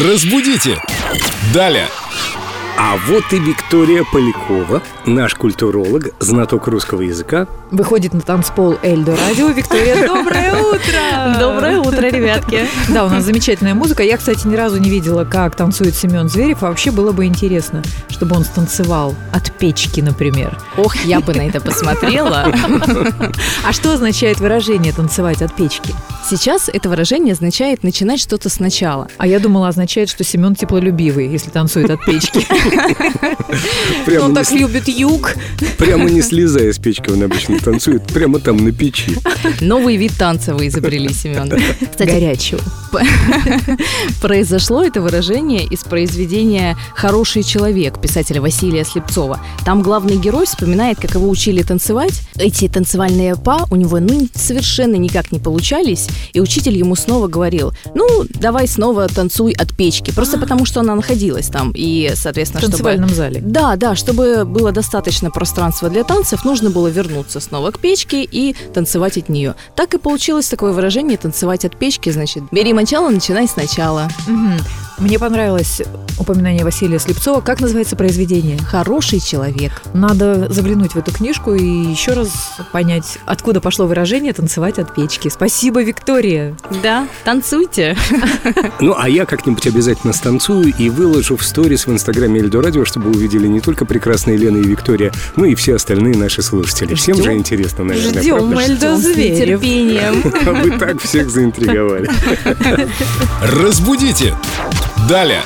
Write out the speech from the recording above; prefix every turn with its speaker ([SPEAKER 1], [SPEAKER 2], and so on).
[SPEAKER 1] Разбудите! Далее!
[SPEAKER 2] А вот и Виктория Полякова, наш культуролог, знаток русского языка.
[SPEAKER 3] Выходит на танцпол Эльдо Радио. Виктория, доброе утро!
[SPEAKER 4] Доброе утро, ребятки.
[SPEAKER 3] Да, у нас замечательная музыка. Я, кстати, ни разу не видела, как танцует Семен Зверев. А вообще было бы интересно, чтобы он станцевал от печки, например.
[SPEAKER 4] Ох, я бы на это посмотрела.
[SPEAKER 3] А что означает выражение «танцевать от печки»?
[SPEAKER 4] Сейчас это выражение означает начинать что-то сначала.
[SPEAKER 3] А я думала, означает, что Семен теплолюбивый, если танцует от печки.
[SPEAKER 2] Прямо
[SPEAKER 4] Ну,
[SPEAKER 3] Он
[SPEAKER 2] не
[SPEAKER 3] так
[SPEAKER 2] с-
[SPEAKER 3] любит юг.
[SPEAKER 2] Прямо не слезая с печки, он обычно танцует, прямо там на печи.
[SPEAKER 4] Новый вид танца вы изобрели, Семен. Кстати,
[SPEAKER 3] Горячего.
[SPEAKER 4] произошло это выражение из произведения «Хороший человек» писателя Василия Слепцова. Там главный герой вспоминает, как его учили танцевать. Эти танцевальные па у него ну, совершенно никак не получались, и учитель ему снова говорил, ну, давай снова танцуй от печки, просто потому что она находилась там, и,
[SPEAKER 3] В
[SPEAKER 4] соответственно, чтобы...
[SPEAKER 3] танцевальном зале.
[SPEAKER 4] Да, да, чтобы было достаточно пространства для танцев, нужно было вернуться снова к печке и танцевать от нее. Так и получилось такое выражение «танцевать от печки», значит, бери начало, начинай сначала.
[SPEAKER 3] Мгм. Мне понравилось упоминание Василия Слепцова. Как называется произведение?
[SPEAKER 4] Хороший человек.
[SPEAKER 3] Надо заглянуть в эту книжку и еще раз понять, откуда пошло выражение «танцевать от печки». Спасибо, Виктория!
[SPEAKER 4] Да, танцуйте.
[SPEAKER 2] Ну, а я как-нибудь обязательно станцую и выложу в сторис в инстаграме Эльдо Радио, чтобы увидели не только прекрасные Лена и Виктория, но и все остальные наши слушатели. Всем
[SPEAKER 4] Ждем.
[SPEAKER 2] же интересно, наверное, А
[SPEAKER 3] Ждем,
[SPEAKER 2] правда?
[SPEAKER 3] Эльдо
[SPEAKER 4] С
[SPEAKER 3] Зверев!
[SPEAKER 4] нетерпением.
[SPEAKER 2] Вы так всех заинтриговали.
[SPEAKER 1] Разбудите! Далее!